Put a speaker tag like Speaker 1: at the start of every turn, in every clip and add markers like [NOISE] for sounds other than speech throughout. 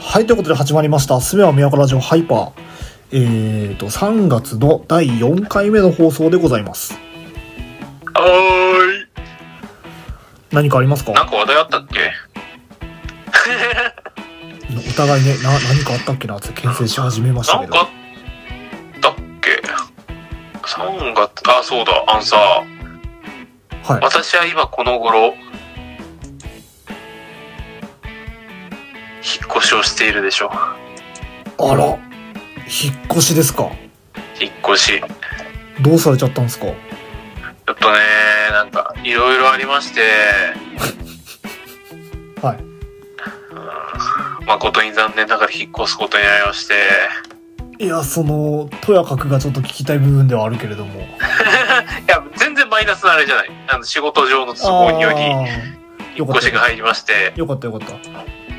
Speaker 1: はい、ということで始まりました。すべは都ラジオハイパー。えーと、3月の第4回目の放送でございます。
Speaker 2: はーい。
Speaker 1: 何かあります
Speaker 2: なん
Speaker 1: か
Speaker 2: か話題あったっけ
Speaker 1: お互いね、な、何かあったっけなって牽制し始めました
Speaker 2: な
Speaker 1: け
Speaker 2: ん
Speaker 1: ど
Speaker 2: か。あったっけ ?3 月、あ、そうだ、あのさ、
Speaker 1: はい。
Speaker 2: 私は今この頃、引っ越しをしているでしょ。
Speaker 1: あら、引っ越しですか。
Speaker 2: 引っ越し。
Speaker 1: どうされちゃったんですか
Speaker 2: ちょっとね、なんか、いろいろありまして、
Speaker 1: はい。
Speaker 2: 誠に残念ながら引っ越すことになりまして、
Speaker 1: いや、その、とやかくがちょっと聞きたい部分ではあるけれども。
Speaker 2: いや、全然マイナスなあれじゃない。あの、仕事上の都合により、
Speaker 1: あー
Speaker 2: 引っ越しが入りまして、
Speaker 1: ーよかったよかった。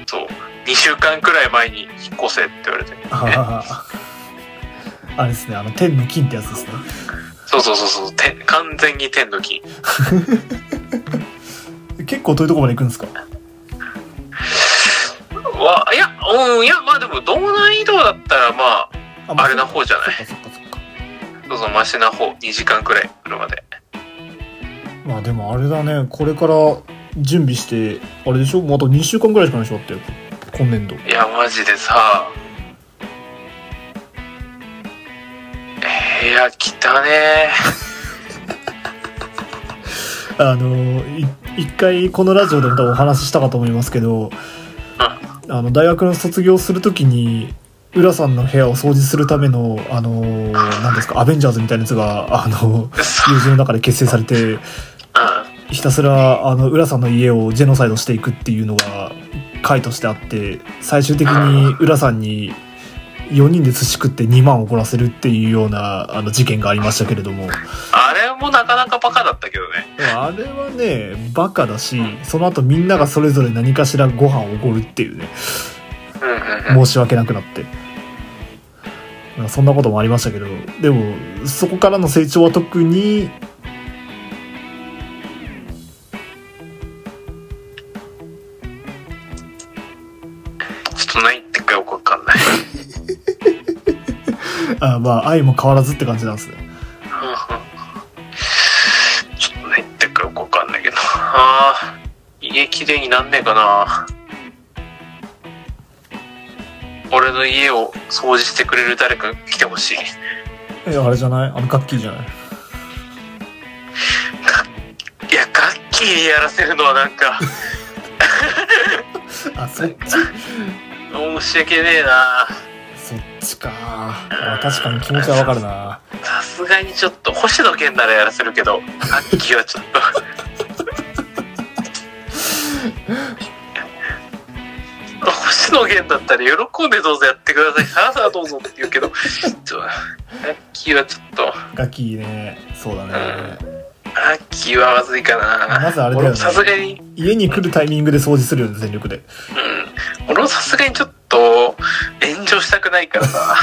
Speaker 2: そう、2週間くらい前に引っ越せって言われて。
Speaker 1: あー [LAUGHS] あれですね、あの、天の金ってやつですね。
Speaker 2: そうそうそうそう、て完全に天の金。
Speaker 1: 結構遠いとこまで行くんですか
Speaker 2: わ、いや、うん、いや、まあでも、道南移動だったら、まあ、
Speaker 1: あ
Speaker 2: あれな方じゃない
Speaker 1: そっかそっかそっか
Speaker 2: どうぞマシな方、2時間くらい、車で。
Speaker 1: まあでもあれだねこれから準備してあれでしょもうあと2週間ぐらいしかないでしょだって今年度
Speaker 2: いや、マジでさ、部屋汚ね
Speaker 1: あのい一回このラジオでも多分お話ししたかと思いますけどあの大学の卒業するときに浦さんの部屋を掃除するためのあの何ですかアベンジャーズみたいなやつがあの
Speaker 2: え。そう、
Speaker 1: 友人の中で結成されて
Speaker 2: うん。
Speaker 1: ひたすらあの浦さんの家をジェノサイドしていくっていうのが回としてあって最終的に浦さんに4人で寿司食って2万怒らせるっていうようなあの事件がありましたけれども
Speaker 2: あれもなかなかバカだったけどね。
Speaker 1: あれはねバカだしその後みんながそれぞれ何かしらご飯をおごるっていうね
Speaker 2: うんうんうん。
Speaker 1: 申し訳なくなって。まあそんなこともありましたけどでもそこからの成長は特に
Speaker 2: ちょっと何言ってっかよくわかんない。
Speaker 1: あまあ愛も変わらずって感じなんですね。
Speaker 2: うんうんちょっとね、言ってるかよくわかんないけど。ああ、家きれいになんねえかな。俺の家を掃除してくれる誰か来てほしい。
Speaker 1: えあれじゃないあのガッキーじゃない
Speaker 2: いや、ガッキーにやらせるのはなんか、
Speaker 1: あそっち
Speaker 2: 申し訳ねえな。
Speaker 1: そっちかあ確かに気持ちはわかるな
Speaker 2: さすがにちょっと、星野源ならやらせるけど、ガッキーはちょっと。星野源だったら喜んでどうぞやってください。さあさあどうぞって言うけど、ちょっと、ガッキーはちょっと、
Speaker 1: ガキねそうだね
Speaker 2: ガッキーはまずいかな。
Speaker 1: まずあれだよね
Speaker 2: 俺もさすがに、
Speaker 1: 家に来るタイミングで掃除するよね全力で
Speaker 2: うん。俺もさすがにちょっと、炎上したくない [LAUGHS] からさ。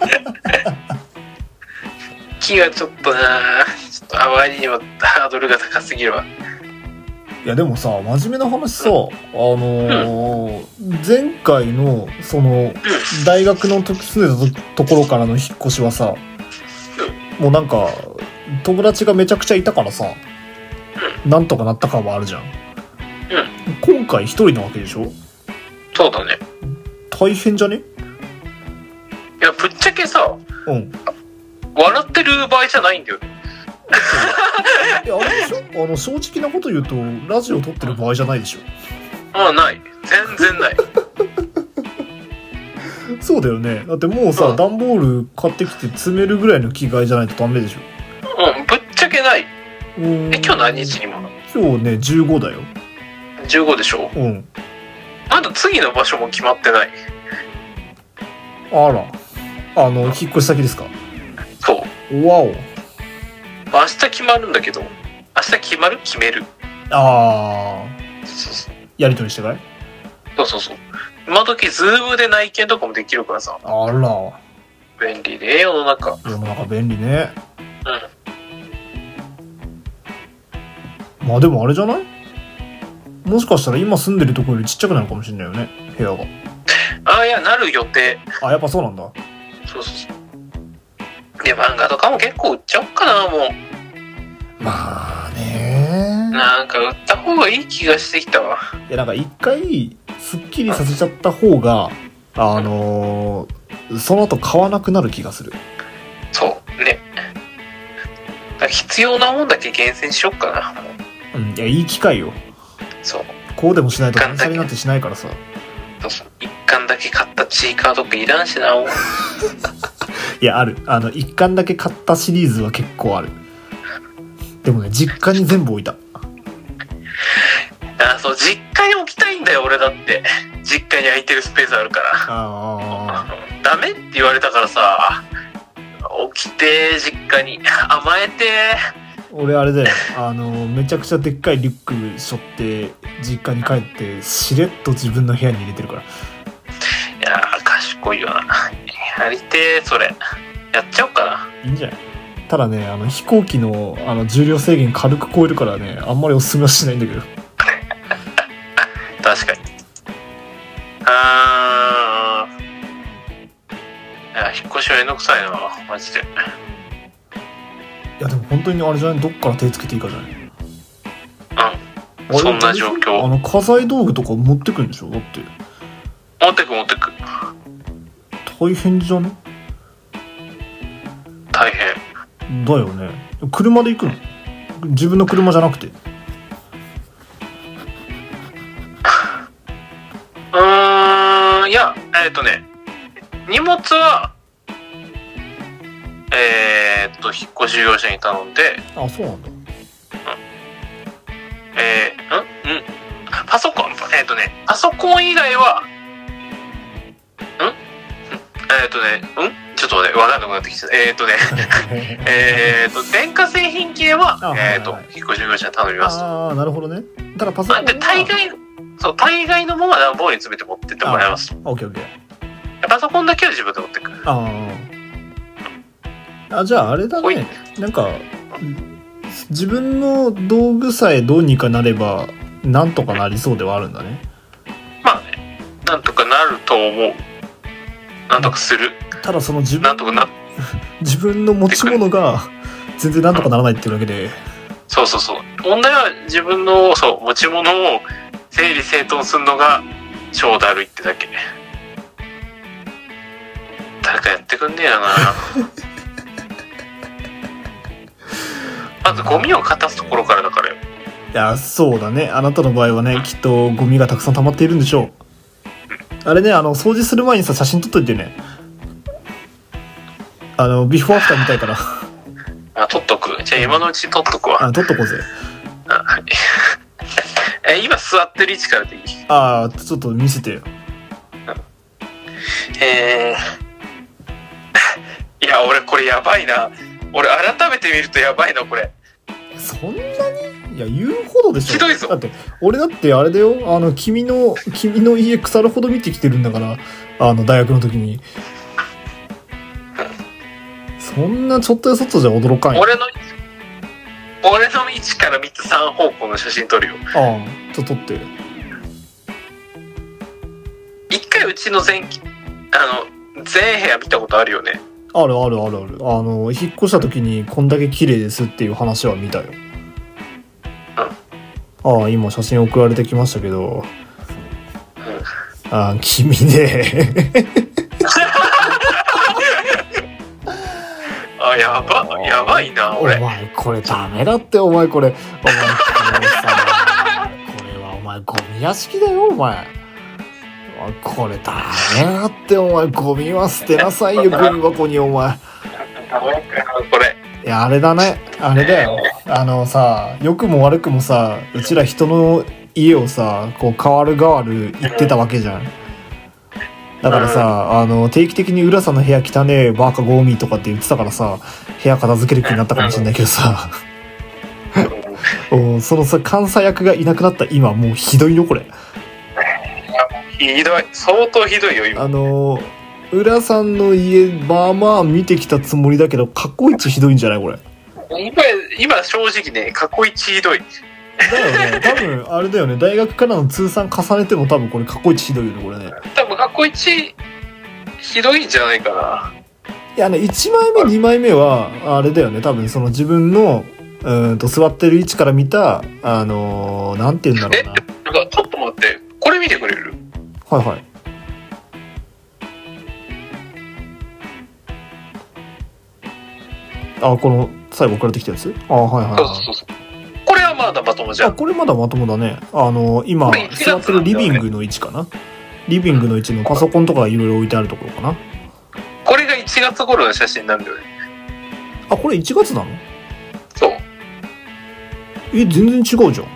Speaker 2: ガッキーはちょっとな、ちょっとあまりにもハードルが高すぎるわ。
Speaker 1: いやでもさ真面目な話さあのー前回のその大学の時住んでたとところからの引っ越しはさもうなんか友達がめちゃくちゃいたからさなんとかなった感はあるじゃん今回一人なわけでしょ
Speaker 2: そうだね。
Speaker 1: 大変じゃね
Speaker 2: いや、ぶっちゃけさ、
Speaker 1: うん
Speaker 2: 笑ってる場合じゃないんだよね。
Speaker 1: いやあれでしょあの正直なこと言うとラジオ撮ってる場合じゃないでしょ
Speaker 2: まあ、ない。全然ない。 [LAUGHS]
Speaker 1: そうだよねだってもうさ、
Speaker 2: うん
Speaker 1: 段ボール買ってきて詰めるぐらいの着替えじゃないとダメでしょ
Speaker 2: うん、ぶっちゃけない。
Speaker 1: うーん
Speaker 2: え、今日何日今
Speaker 1: 今日ね15だよ
Speaker 2: ?15 でしょ
Speaker 1: うん
Speaker 2: まだ次の場所も決まってない。
Speaker 1: あらあの引っ越し先ですか
Speaker 2: そう。
Speaker 1: わお
Speaker 2: まあ明日決まるんだけど、明日決まる決める。
Speaker 1: あー
Speaker 2: そうそう
Speaker 1: やりとりしてかい
Speaker 2: そうそうそう。今時、ズームで内見とかもできるからさ、
Speaker 1: あら
Speaker 2: 便利で、世の中。
Speaker 1: 世の中便利ね
Speaker 2: うん。
Speaker 1: まあでもあれじゃないもしかしたら今住んでるとこよりちっちゃくなるかもしれないよね部屋が
Speaker 2: ああいやなる予定
Speaker 1: あやっぱそうなんだ
Speaker 2: そうそうそうで漫画とかも結構売っちゃおうかなも
Speaker 1: まあね
Speaker 2: うなんか売った方がいい気がしてきたわ
Speaker 1: いやなんか一回すっきりさせちゃった方があのーその後買わなくなる気がする
Speaker 2: そうねだから必要なもんだけ厳選しよっかなもう
Speaker 1: うんいやいい機会よ
Speaker 2: そう
Speaker 1: こうでもしないと断捨離なんてしないからさ
Speaker 2: そうそう一巻だけ買ったチーカードックいらんしなもう
Speaker 1: いやあるあの一巻だけ買ったシリーズは結構あるでもね実家に全部置いた
Speaker 2: あそう実家に置きたいんだよ俺だって実家に空いてるスペースあるから
Speaker 1: あ
Speaker 2: あのダメって言われたからさ起きて実家に [LAUGHS] 甘えて
Speaker 1: あ俺あれだよあのめちゃくちゃでっかいリュック背負って実家に帰ってしれっと自分の部屋に入れてるから
Speaker 2: いやー賢いよなやりてーそれやっちゃおうかない
Speaker 1: いんじゃないただねあの飛行機のあの重量制限軽く超えるからねあんまりおすすめはしないんだけど
Speaker 2: 確かにあーいや引っ越しはめんどくさいなマジで
Speaker 1: いやでも本当にあれじゃないどっから手つけていいかじゃないあ
Speaker 2: うん
Speaker 1: れ
Speaker 2: そんな状
Speaker 1: あ
Speaker 2: 況
Speaker 1: の家財道具とか持ってくんでしょだって
Speaker 2: 持ってく持ってく
Speaker 1: 大変じゃね
Speaker 2: 大変
Speaker 1: だよね車で行くの自分の車じゃなくて
Speaker 2: うーんいやえっ、とね荷物はえーっと引っ越し業者に頼んで
Speaker 1: あそう
Speaker 2: [LAUGHS]
Speaker 1: なんだ
Speaker 2: えー、んんパソコンえーっとねパソコン以外はんんえーっとねんちょっとねわかんなくなってきたえーっ
Speaker 1: [LAUGHS]
Speaker 2: とねえーっと電化製品系は
Speaker 1: あはいはい
Speaker 2: えーっと引っ越し業者に頼みます
Speaker 1: ああなるほどねただパソコ
Speaker 2: あ
Speaker 1: ン
Speaker 2: で大概そう大概のものは段ボールに詰めて持ってってもらいます
Speaker 1: オッケーオッケー
Speaker 2: パソコンだけは自分で持ってく
Speaker 1: あああじゃああれだ
Speaker 2: ほい
Speaker 1: ねなんか自分の道具さえどうにかなればなんとかなりそうではあるんだね
Speaker 2: まあね、なんとかなると思う。なんとかする。
Speaker 1: ただその自分
Speaker 2: なんとかな、
Speaker 1: 自分の持ち物
Speaker 2: [LAUGHS]
Speaker 1: が全然なんとかならないっていうだけで
Speaker 2: そうそうそう。問題は自分の、そう、持ち物を整理整頓するのが超だるいってだけ。誰かやってくんねえよな。まずゴミを片すところからだからよ。
Speaker 1: いやそうだねあなたの場合はねきっとゴミがたくさん溜まっているんでしょうあれねあの掃除する前にさ写真撮っといてねあのビフォーアフターみたいから
Speaker 2: あ、取っとく。じゃあ今のうちに取っとくわ。
Speaker 1: あ撮っとこうぜ
Speaker 2: あはいえ、今座ってる位置からでいい
Speaker 1: ああちょっと見せてよ
Speaker 2: えー、い [LAUGHS] や俺これやばいな俺改めて見るとやばいなこれ
Speaker 1: そんなにいや言うほどでしょ
Speaker 2: ひどいぞ
Speaker 1: だって俺だってあれだよあの君の君の家腐るほど見てきてるんだからあの大学の時にそんなちょっとやそっとじゃ驚かんよ
Speaker 2: 俺の俺の位置から見て3方向の写真撮るよ
Speaker 1: ああちょっと撮って
Speaker 2: 一回うちの全あの全部屋見たことあるよね
Speaker 1: あるあるあるあるあの引っ越した時にこんだけ綺麗ですっていう話は見たよああ今写真送られてきましたけどああ君ね
Speaker 2: あやばやばいな
Speaker 1: お
Speaker 2: 俺
Speaker 1: 前これダメだってお前これお前これさこれはお前ゴミ屋敷だよお前お前これダメだってお前ゴミは捨てなさいよゴミ箱にお前
Speaker 2: これ
Speaker 1: いや、あれだね。あれだよ。あのさ、良くも悪くもさ、うちら人の家をさ、こう、変わる変わる行ってたわけじゃん。だからさ、あの、定期的に浦さんの部屋汚ねえ、バーカゴミとかって言ってたからさ、部屋片付ける気になったかもしれないけどさ、おそのさ、監査役がいなくなった今、もうひどいよ、これ。
Speaker 2: ひどい相当ひどいよ今
Speaker 1: あの、浦さんの家、まあまあ見てきたつもりだけど、過去一ひどいんじゃないこれ。
Speaker 2: 今今正直ね過去一ひどい
Speaker 1: だよね。多分、あれだよね。大学からの通算重ねても多分これ過去一ひどいよね、これね。
Speaker 2: 多分過去一ひどいんじゃないかない
Speaker 1: やね、1枚目、2枚目は、あれだよね。多分その自分の、うーんと座ってる位置から見た、あのーなんて言うんだろう
Speaker 2: なんかちょっと待ってこれ見てくれる
Speaker 1: な。はいはい。あ、この最後送られてきたやつあ、はいはい、
Speaker 2: そう
Speaker 1: はい。
Speaker 2: そうそうこれはまだまともじゃ
Speaker 1: あ
Speaker 2: ん
Speaker 1: これまだまともだねあの今
Speaker 2: これ一月
Speaker 1: 座ってるリビングの位置かなリビングの位置のパソコンとかいろいろ置いてあるところかな
Speaker 2: これが1月頃の写真なんだよね
Speaker 1: あこれ1月なの
Speaker 2: そう
Speaker 1: え全然違うじゃん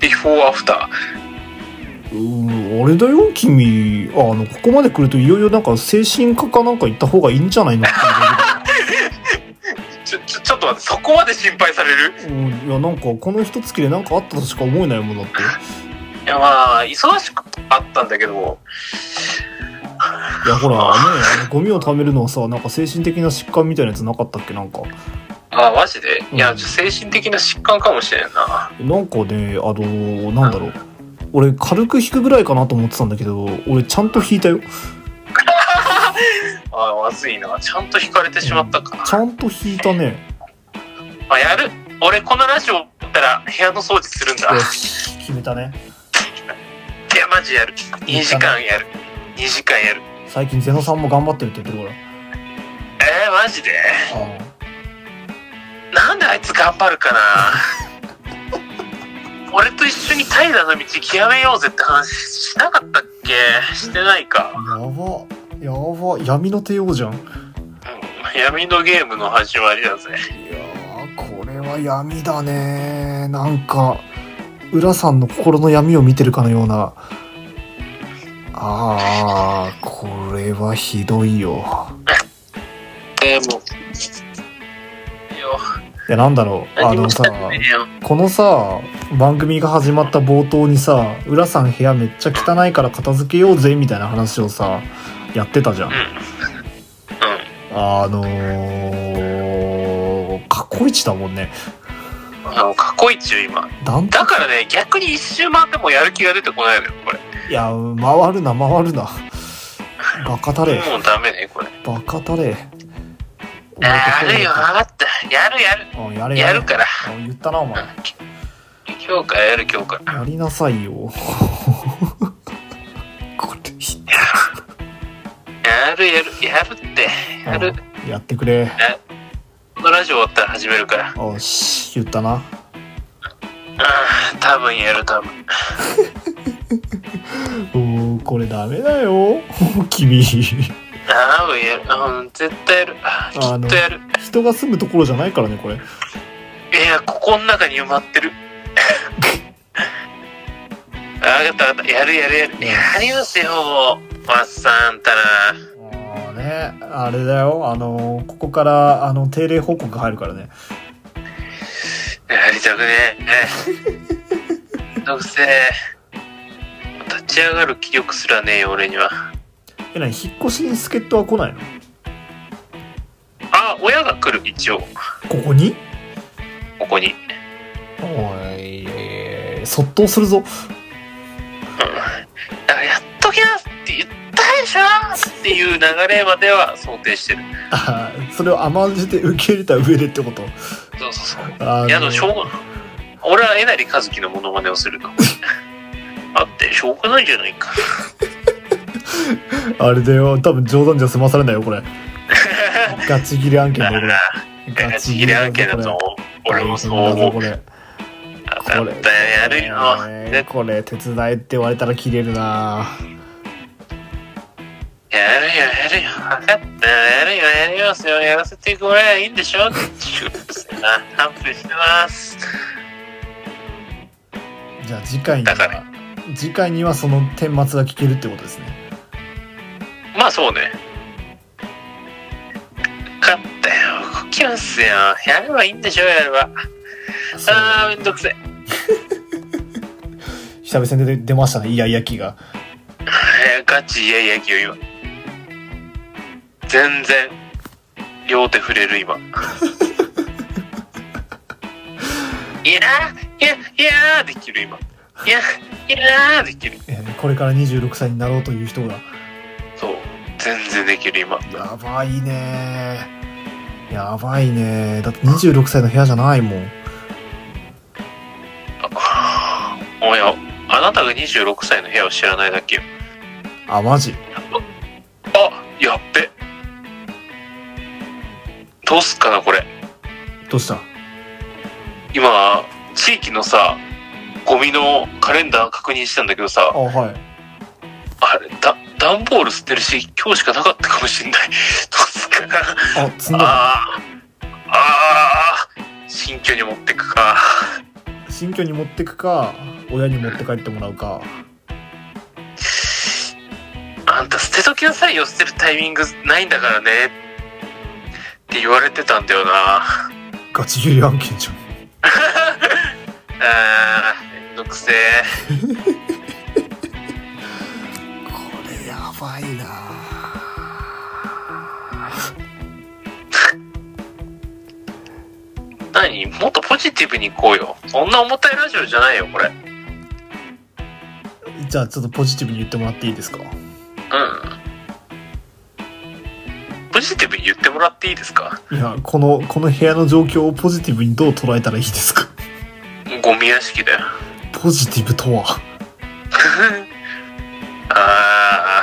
Speaker 2: ビフォーアフタ
Speaker 1: うーんあれだよ君あのここまで来るといよいよなんか精神科かなんか行った方がいいんじゃないの [LAUGHS] って
Speaker 2: ーちょちょちょっと待ってそこまで心配される
Speaker 1: いうレベルうんいやなんかこの一月で何かあったとしか思えないもんだって
Speaker 2: いやまあ忙しくあったんだけど
Speaker 1: いやほらねあのゴミを貯めるのはさなんか精神的な疾患みたいなやつなかったっけなんか
Speaker 2: あマジでいや、
Speaker 1: うん
Speaker 2: ちょ精神的な疾患かもしれん
Speaker 1: なん
Speaker 2: な
Speaker 1: かね、あのーなんだろう。俺、軽く弾くぐらいかなと思ってたんだけど、俺、ちゃんと弾いたよ。
Speaker 2: あまずいなちゃんと引かれてしまったかな
Speaker 1: ちゃんと弾いたね。
Speaker 2: まあやる俺このラジオだったら部屋の掃除するんだ
Speaker 1: よし、決めたね。
Speaker 2: いやマジやる2時間やる2時間やる
Speaker 1: 最近、ゼノさんも頑張ってるって言ってるか
Speaker 2: えー、マジで
Speaker 1: ら。あ
Speaker 2: なんであいつ頑張る
Speaker 1: [LAUGHS]
Speaker 2: かな俺と一緒に怠惰の道極めようぜって話しなかったっけしてないか、
Speaker 1: あ。やば。やば。闇の帝王じゃん。いや
Speaker 2: うん、闇のゲームの始まりだぜ
Speaker 1: ー、これは闇だね。なんか、浦さんの心の闇を見てるかのような。あー、これはひどいよ。
Speaker 2: えー、もういいよ
Speaker 1: いや、なんだろう。あ
Speaker 2: 何も
Speaker 1: の
Speaker 2: した
Speaker 1: さ、
Speaker 2: くねえよ
Speaker 1: このさ番組が始まった冒頭にさ「浦さん部屋めっちゃ汚いから片付けようぜ」みたいな話をさやってたじゃん
Speaker 2: うん
Speaker 1: あのー、過去一だもんね
Speaker 2: うんあの過去一よ今
Speaker 1: だん
Speaker 2: だからね逆に一周回ってもやる気が出てこないのよこれ
Speaker 1: いや回るな回るなバカたれ
Speaker 2: もうダメねこれ
Speaker 1: バカたれ
Speaker 2: あやるよ分かったやるやる
Speaker 1: うんやれ
Speaker 2: やるから
Speaker 1: あ言ったなお前
Speaker 2: 今日からやる今日から
Speaker 1: やりなさいよ [LAUGHS] これひ
Speaker 2: やるやるやるってやる
Speaker 1: うんやってくれ
Speaker 2: このラジオ終わったら始めるから
Speaker 1: よし言ったな
Speaker 2: うん多分やる多分
Speaker 1: おーこれダメだよ [LAUGHS] 君人
Speaker 2: 多分やるうん絶対やるき
Speaker 1: あの
Speaker 2: っとやる
Speaker 1: が住むところじゃないからねこれ
Speaker 2: いやここの中に埋まってるあ分かった分かったやるやるやるやりますよもうマッサンあんたら
Speaker 1: あねあれだよあのここからあの定例報告が入るからね
Speaker 2: やりたくね
Speaker 1: [LAUGHS]
Speaker 2: えどうせ立ち上がる気力すらねえよ俺には
Speaker 1: えなに引っ越しに助っ人は来ないの
Speaker 2: あ親が来る一応
Speaker 1: ここに
Speaker 2: ここに
Speaker 1: おいえーそっとするぞ
Speaker 2: だからやっときなって言ったでしょっていう流れまでは想定してる
Speaker 1: あー [LAUGHS] それを甘んじて受け入れた上でってこと
Speaker 2: そうそうそう
Speaker 1: あ
Speaker 2: いやでもしょうがない俺はえなりかずきのモノマネをする
Speaker 1: [LAUGHS]
Speaker 2: のあってしょうがないじゃないか
Speaker 1: あれだよ多分冗談じゃ済まされないよ
Speaker 2: [LAUGHS]
Speaker 1: これガチギレ案件だ
Speaker 2: だ
Speaker 1: よ
Speaker 2: か
Speaker 1: これ
Speaker 2: ら [LAUGHS] ガチ切れ案件だと思う俺もそう思う
Speaker 1: これ
Speaker 2: だった
Speaker 1: これ
Speaker 2: よやるよ
Speaker 1: えーこれ手伝えって言われたら切れるな
Speaker 2: やるよやるよ分かったやるよやりますよやらせてくれりゃいいんでしょ反復してます
Speaker 1: じゃあ次回に
Speaker 2: だか
Speaker 1: は次回にはその顛末が聞けるってことですね
Speaker 2: まあそうね。勝ったよ。こきますよ。やればいいんでしょ、やれば。
Speaker 1: そう
Speaker 2: あー、めんどくせえ。
Speaker 1: 久々に出て出ましたねイヤイヤ期が
Speaker 2: えーガチいやいや、きよ、今。全然、両手触れる、今。いやーいや、いやーできる今。いや、いやーできる。
Speaker 1: えーこれから26歳になろうという人が
Speaker 2: そう。全然できる今。 [LAUGHS]
Speaker 1: やばいねーやばいねーだって26歳の部屋じゃないもん
Speaker 2: あおや、あなたが26歳の部屋を知らないだけよ。
Speaker 1: あマジ
Speaker 2: あ、やっべ。どうすっかな、これ。
Speaker 1: どうした
Speaker 2: 今、地域のさ、ゴミのカレンダー確認したんだけどさ
Speaker 1: あ、はい
Speaker 2: あれ、だ、段ボール捨てるし、今日しかなかったかもしんない。ど [LAUGHS] うすっかな。
Speaker 1: あ積んだ
Speaker 2: ああ、ああ、新居に持ってくか。
Speaker 1: 新居に持ってくか親に持って帰ってもらうか
Speaker 2: あんた捨てときなさいよ、捨てるタイミングないんだからね。って言われてたんだよな。
Speaker 1: ガチギリ案件じゃん
Speaker 2: あー、めんどくせえ。
Speaker 1: これやばいな
Speaker 2: 何もっとポジティブに行こうよ。そんな重たいラジオじゃないよ、これ。うん。
Speaker 1: じゃあちょっとポジティブに言ってもらっていいですか
Speaker 2: ポジティブに言ってもらっていいですか
Speaker 1: いやこのこの部屋の状況をポジティブにどう捉えたらいいですか
Speaker 2: ゴミ屋敷だよ。
Speaker 1: ポジティブとは
Speaker 2: [LAUGHS] あ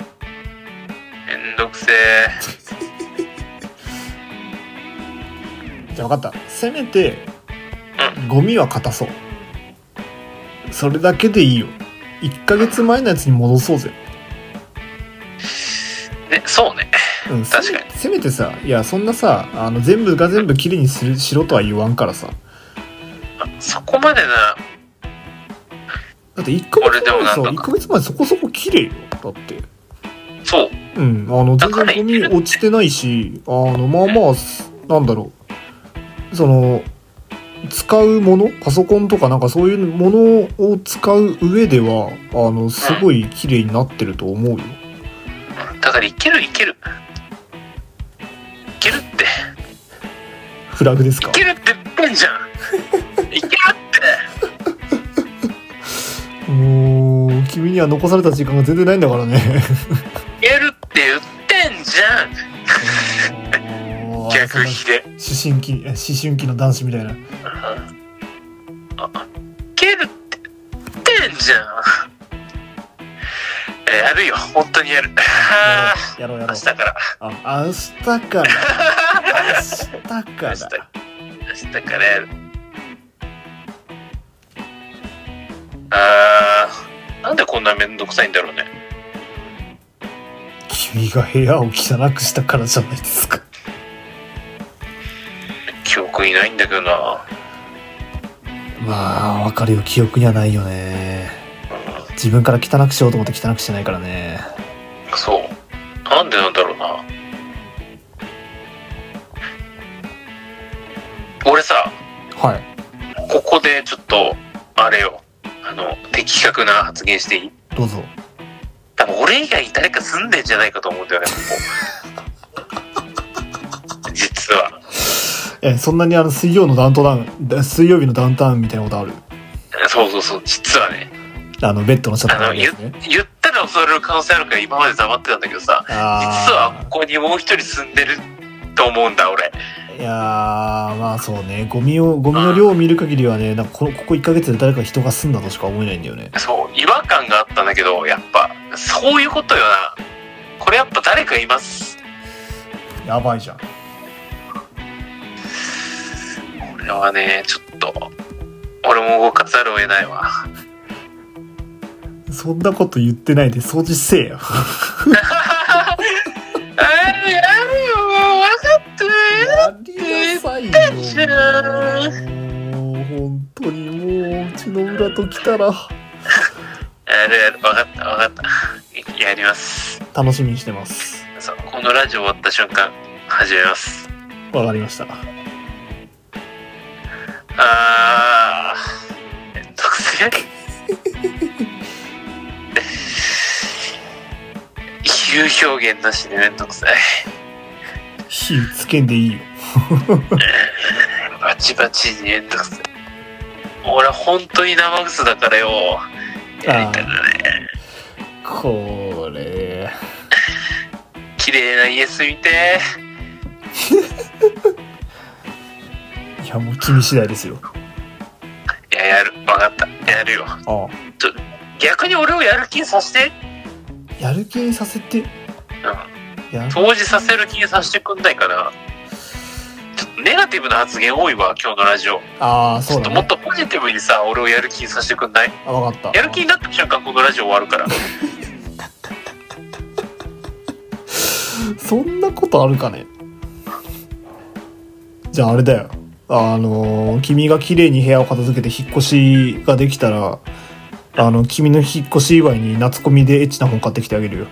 Speaker 2: ー、めんどくせえ。
Speaker 1: じゃあ分かったせめてゴミは硬そうそれだけでいいよ1ヶ月前のやつに戻そうぜ、
Speaker 2: ね、そうね。
Speaker 1: うん、
Speaker 2: 確か
Speaker 1: にせめてさいやそんなさあの全部が全部きれいにするしろとは言わんからさ
Speaker 2: あそこまでな、
Speaker 1: だって1ヶ
Speaker 2: 俺
Speaker 1: 月
Speaker 2: でも
Speaker 1: 前
Speaker 2: なん
Speaker 1: さ
Speaker 2: とか
Speaker 1: 一ヶ月前そこそこ綺麗よだって
Speaker 2: そう。
Speaker 1: うんあの
Speaker 2: だ
Speaker 1: 全
Speaker 2: から
Speaker 1: 然ゴミ落ちてないしあのまあまあすなんだろうその使うものパソコンとかなんかそういうものを使う上ではあのすごい綺麗になってると思うよ
Speaker 2: だからいけるいける。いけるって。
Speaker 1: フラグですか
Speaker 2: いけるって言ってんじゃん。
Speaker 1: [LAUGHS]
Speaker 2: いけるって。
Speaker 1: もう君には残された時間が全然ないんだから
Speaker 2: [LAUGHS]
Speaker 1: ね
Speaker 2: いけるって言ってんじゃん。
Speaker 1: もう
Speaker 2: 逆ひで。
Speaker 1: 思春期思春期の男子みたいな
Speaker 2: いけるって言ってんじゃん。えーやるよ。本当にやる。あー
Speaker 1: やろうやろうやろ
Speaker 2: 明
Speaker 1: う
Speaker 2: 日から。
Speaker 1: あ明日から明日か
Speaker 2: 明
Speaker 1: ら
Speaker 2: 日。明日からやる。あー。なんでこんなめんどくさいんだろうね。
Speaker 1: 君が部屋を汚くしたからじゃないですか
Speaker 2: 記憶にないんだけどな。
Speaker 1: まあわかるよ記憶にはないよね自分から汚くしようと思って汚くしてないからね
Speaker 2: そう。なんでなんだろうな。俺さ、
Speaker 1: はい
Speaker 2: ここでちょっと、あれよ。あの、的確な発言していい
Speaker 1: どうぞ
Speaker 2: 多分俺以外に誰か住んでんじゃないかと思うんだよね、
Speaker 1: [LAUGHS]
Speaker 2: ここ。実は。
Speaker 1: えそんなにあの水曜のダウントダウンだ水曜日のダウンタウンみたいなことある
Speaker 2: そうそうそう、実はね。
Speaker 1: あのベッドのシャッター
Speaker 2: あ
Speaker 1: の
Speaker 2: の、
Speaker 1: や
Speaker 2: 言
Speaker 1: つね
Speaker 2: 言ったら恐れる可能性あるから今まで黙ってたんだけどさ、
Speaker 1: あ
Speaker 2: 実はここにもう一人住んでると思うんだ、俺。
Speaker 1: ーいやーまあそうねゴミをゴミの量を見る限りはねなんかこのここ1ヶ月で誰か人が住んだとしか思えないんだよね
Speaker 2: そう、違和感があったんだけど、やっぱ、そういうことよな。これやっぱ誰かいます。
Speaker 1: やばいじゃん
Speaker 2: これはね、ちょっと、俺も動かざるを得ないわ。
Speaker 1: そんなこと言ってないで掃除せえよ
Speaker 2: あるやるよ、分かって
Speaker 1: やりなさいよ
Speaker 2: じゃ
Speaker 1: もう本当にもううちの裏と来たら
Speaker 2: やるやる、分かった、分かった。やります。
Speaker 1: 楽しみにしてます
Speaker 2: そう、このラジオ終わった瞬間、始めます。
Speaker 1: わかりました
Speaker 2: あー、めんどく [LAUGHS] せえ。比喩表現なしでめんどくさい。
Speaker 1: 火つけんでいいよ
Speaker 2: バチバチにめんどくさい。俺本当に生臭だからよ。
Speaker 1: ああこれ
Speaker 2: 綺麗な家住みて
Speaker 1: いやもう君次第ですよ
Speaker 2: え。いや、やる。わかった。やるよ。
Speaker 1: ああ
Speaker 2: 逆に俺をやる気にさせて。
Speaker 1: やる気にさせて
Speaker 2: うん。
Speaker 1: や
Speaker 2: 当時させる気にさせてくんないかな。ちょっとネガティブな発言多いわ、今日のラジオ。
Speaker 1: ああ
Speaker 2: ち
Speaker 1: そ
Speaker 2: ょ
Speaker 1: う
Speaker 2: っ
Speaker 1: だ
Speaker 2: ともっ
Speaker 1: ね
Speaker 2: とポジティブにさ、俺をやる気にさせてくんない
Speaker 1: あわかった
Speaker 2: やる気になった瞬間、このラジオ終わるから。
Speaker 1: そんなことあるかねじゃああれだよあのー君が綺麗に部屋を片付けて引っ越しができたらあの君の引っ越し祝いに夏コミでエッチな本買ってきてあげるよ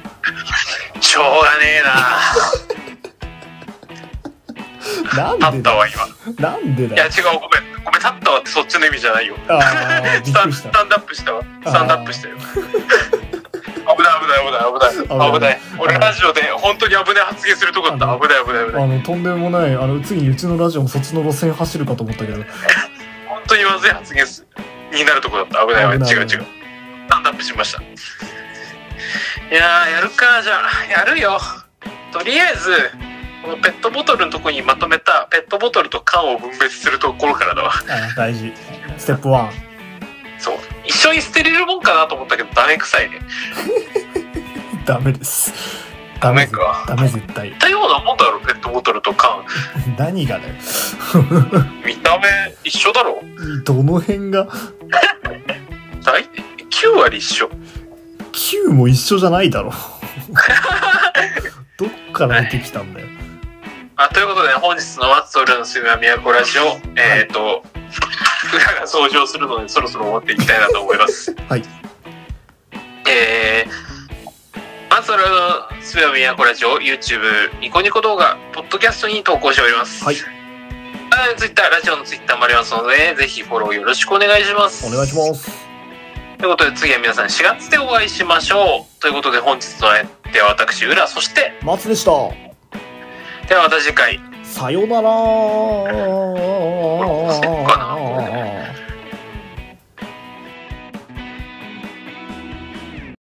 Speaker 2: しょうがねえな
Speaker 1: [LAUGHS] なんで
Speaker 2: 立った
Speaker 1: だ
Speaker 2: わ、今。い
Speaker 1: なんでだ
Speaker 2: や、
Speaker 1: よ
Speaker 2: 違う、ごめん。ごめん、立ったわってそっちの意味じゃないよ。
Speaker 1: あ
Speaker 2: [LAUGHS]
Speaker 1: あび
Speaker 2: ス
Speaker 1: っ
Speaker 2: タ
Speaker 1: く
Speaker 2: ン
Speaker 1: り
Speaker 2: ス
Speaker 1: した
Speaker 2: タンドアップしたわ。スタンドアップしたよ。危ない危ない危ない危ない危ない俺ラジオで本当に危ない発言するとこだった危ない危ない危ない
Speaker 1: あのとんでもないあのついにうちのラジオもそっちの路線走るかと思ったけど
Speaker 2: 本当にまずい発言すになるとこだった危ない危ない違う違う
Speaker 1: 危ない危ない
Speaker 2: スタンドアップしましたいやーやるかじゃあやるよとりあえずこのペットボトルのとこにまとめたペットボトルと缶を分別するところからだわ
Speaker 1: あ大事ステップ1
Speaker 2: そう一緒に捨てれるもんかなと思ったけどダメ臭いね
Speaker 1: ダメです
Speaker 2: ダメか
Speaker 1: ダメ絶対
Speaker 2: 似たようなもんだろペットボトルと缶
Speaker 1: 何がだよ
Speaker 2: 見た目一緒だろ
Speaker 1: どの辺が
Speaker 2: 大9割一緒
Speaker 1: Q も一緒じゃないだろどっから出てきたんだよ
Speaker 2: あということで本日の「松ルのすみは都ラジオ」えっ、ー、と裏が登場するのでそろそろ終わっていきたいなと思います
Speaker 1: はい
Speaker 2: えー、松浦のすみは都ラジオ YouTube ニコニコ動画ポッドキャストに投稿しております
Speaker 1: はい
Speaker 2: ツイッターラジオのツイッターもありますのでぜひフォローよろしくお願いします
Speaker 1: お願いします
Speaker 2: ということで次は皆さん4月でお会いしましょうということで本日の相手は私浦そして
Speaker 1: 松でした
Speaker 2: ではまた次回
Speaker 1: さよなら
Speaker 2: これ押せっかな